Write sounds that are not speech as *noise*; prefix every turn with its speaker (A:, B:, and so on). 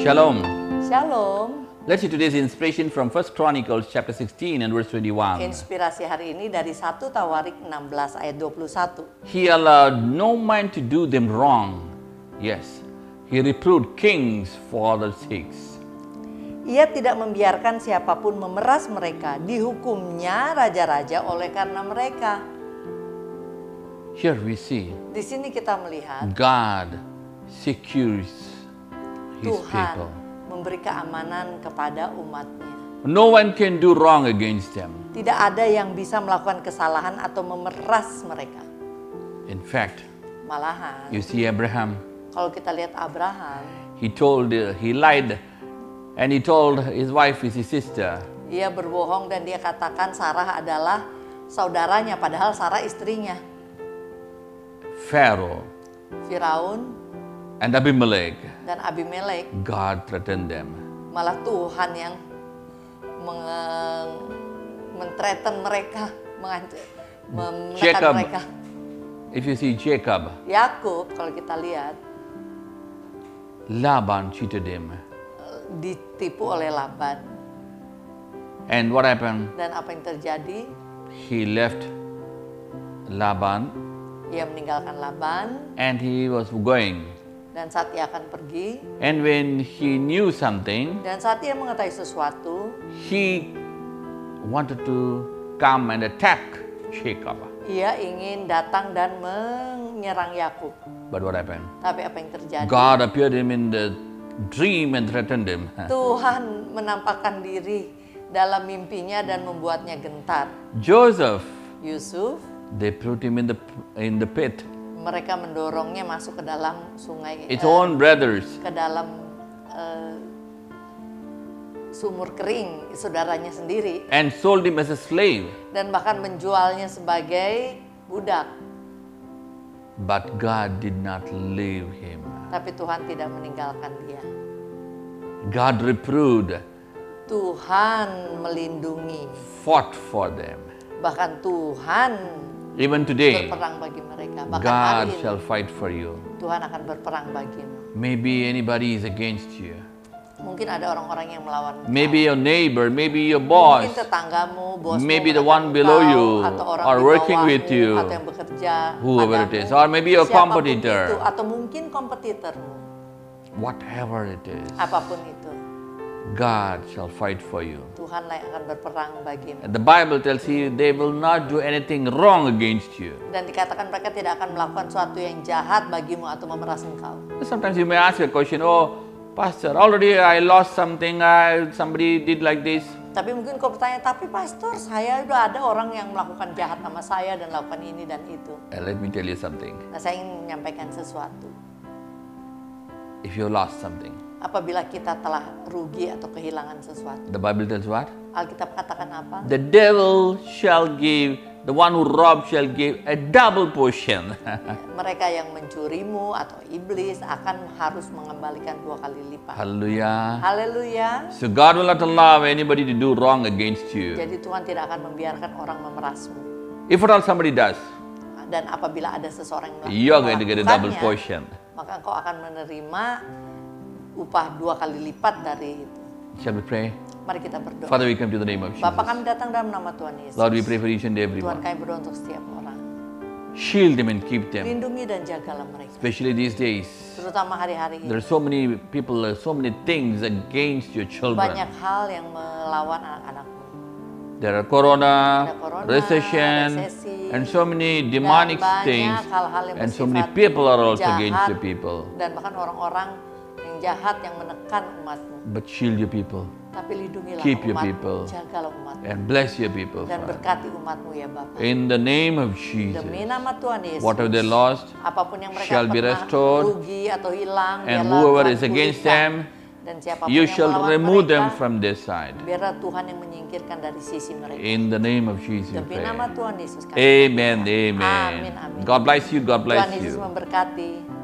A: Shalom.
B: Shalom.
A: Let's see today's inspiration from 1 Chronicles chapter 16 and verse 21.
B: Inspirasi hari ini dari 1 Tawarik 16 ayat 21.
A: He allowed no man to do them wrong. Yes, he reproved kings for their sakes.
B: Ia tidak membiarkan siapapun memeras mereka, dihukumnya raja-raja oleh karena mereka.
A: Here we see
B: Di sini kita melihat
A: God secures his
B: Tuhan
A: people.
B: memberi keamanan kepada umatnya.
A: No one can do wrong against them.
B: Tidak ada yang bisa melakukan kesalahan atau memeras mereka.
A: In fact,
B: Malahan,
A: you see Abraham
B: kalau kita lihat Abraham,
A: He told, uh, he lied, and he told his wife is his sister.
B: ia berbohong dan dia katakan Sarah adalah saudaranya, padahal Sarah istrinya.
A: Pharaoh
B: Firaun
A: and Abimelech,
B: dan Abimelek
A: God threatened them.
B: malah Tuhan yang menge- men-threaten mereka, menganc- menekan
A: Jacob.
B: mereka.
A: If you see Jacob,
B: Yakub kalau kita lihat
A: Laban cheated him.
B: eh, ditipu oleh Laban
A: And what happened?
B: dan apa yang terjadi?
A: He left Laban
B: Ia meninggalkan Laban
A: and he was going.
B: dan saat ia akan pergi
A: And when he knew something,
B: dan saat ia mengetahui sesuatu,
A: he wanted to come and attack Jacob.
B: ia ingin datang dan menyerang Yakub.
A: But what happened?
B: Tapi apa yang terjadi?
A: God appeared him in the dream and threatened him. *laughs*
B: Tuhan menampakkan diri dalam mimpinya dan membuatnya gentar.
A: Joseph,
B: Yusuf
A: they put him in the in the pit.
B: mereka mendorongnya masuk ke dalam sungai
A: His
B: eh,
A: own brothers.
B: ke dalam eh, sumur kering saudaranya sendiri
A: And sold him as a slave.
B: dan bahkan menjualnya sebagai budak
A: But God did not leave him.
B: tapi Tuhan tidak meninggalkan dia
A: God reproved,
B: Tuhan melindungi
A: fought for them.
B: bahkan Tuhan
A: Even today,
B: berperang bagi mereka bahkan hari
A: God
B: ini
A: shall fight for you.
B: Tuhan akan berperang bagimu
A: Maybe anybody is against you.
B: mungkin ada orang-orang yang melawan engkau.
A: Maybe your neighbor, maybe your boss.
B: mungkin tetanggamu bosmu
A: Maybe the
B: menekan
A: one below
B: engkau,
A: you
B: atau orang
A: or
B: di
A: working
B: bawahmu,
A: with you,
B: atau yang bekerja
A: whoever it
B: padamu,
A: is, or maybe your
B: siapapun
A: competitor.
B: itu, atau mungkin kompetitormu
A: Whatever it is,
B: apapun itu
A: God shall fight for you.
B: Tuhanlah yang akan berperang bagimu
A: And the Bible tells you they will not do anything wrong against you.
B: dan dikatakan mereka tidak akan melakukan sesuatu yang jahat bagimu atau memeras engkau
A: Sometimes you may ask a question, oh, Pastor, already I lost something, I, somebody did like this.
B: tapi mungkin kau bertanya tapi pastor saya udah ada orang yang melakukan jahat sama saya dan lakukan ini dan itu
A: And let me tell you something.
B: nah saya ingin menyampaikan sesuatu
A: If you lost something,
B: apabila kita telah rugi atau kehilangan sesuatu
A: the Bible tells what?
B: Alkitab katakan apa
A: The devil shall give, the one who robbed shall give a double portion. *laughs*
B: mereka yang mencurimu atau iblis akan harus mengembalikan dua kali lipat.
A: Hallelujah.
B: Haleluya.
A: So God will not allow anybody to do wrong against you.
B: Jadi Tuhan tidak akan membiarkan orang memerasmu.
A: If at all somebody does,
B: Dan apabila ada seseorang yang
A: you are going to get a double
B: melakukannya,
A: portion.
B: maka engkau akan menerima upah dua kali lipat dari itu.
A: Shall we pray?
B: Mari kita berdoa.
A: Father, we come to the name of Jesus.
B: Bapak kami datang dalam nama Tuhan Yesus.
A: Lord, we pray for each and every one.
B: Tuhan kami berdoa untuk setiap orang.
A: Shield them and keep them.
B: Lindungi dan jagalah mereka.
A: Especially these days,
B: Terutama hari-hari
A: there
B: ini.
A: are so many people, uh, so many things against your children.
B: Banyak hal yang melawan anak-anakmu.
A: There are corona,
B: Ada corona,
A: recession,
B: resesi,
A: and so many
B: Dan
A: demonic
B: banyak
A: things.
B: hal-hal yang
A: And so many
B: bersifat
A: people are also against
B: jahat
A: the people.
B: dan bahkan orang-orang yang jahat yang menekan umatmu
A: But shield your people
B: tapi lindungilah
A: Keep your
B: umatmu
A: people.
B: jagalah umatmu
A: and bless your people.
B: dan
A: Father.
B: berkati umatmu ya Bapak
A: In the name of Jesus,
B: demi nama Tuhan Yesus
A: whatever they lost,
B: apapun yang mereka
A: shall be
B: pernah
A: restored,
B: rugi atau hilang
A: and
B: biarlah
A: whoever
B: Tuhan
A: is against
B: pulihkan.
A: them,
B: dan siapapun
A: you
B: yang
A: shall
B: melawan
A: remove them
B: mereka,
A: from their side.
B: biarlah Tuhan yang menyingkirkan dari sisi mereka
A: In the name of Jesus, we
B: demi
A: pray.
B: nama Tuhan Yesus kami
A: Amen,
B: berdoa.
A: amen.
B: amin amin
A: God bless you, God
B: Tuhan
A: bless
B: Yesus
A: you.
B: memberkati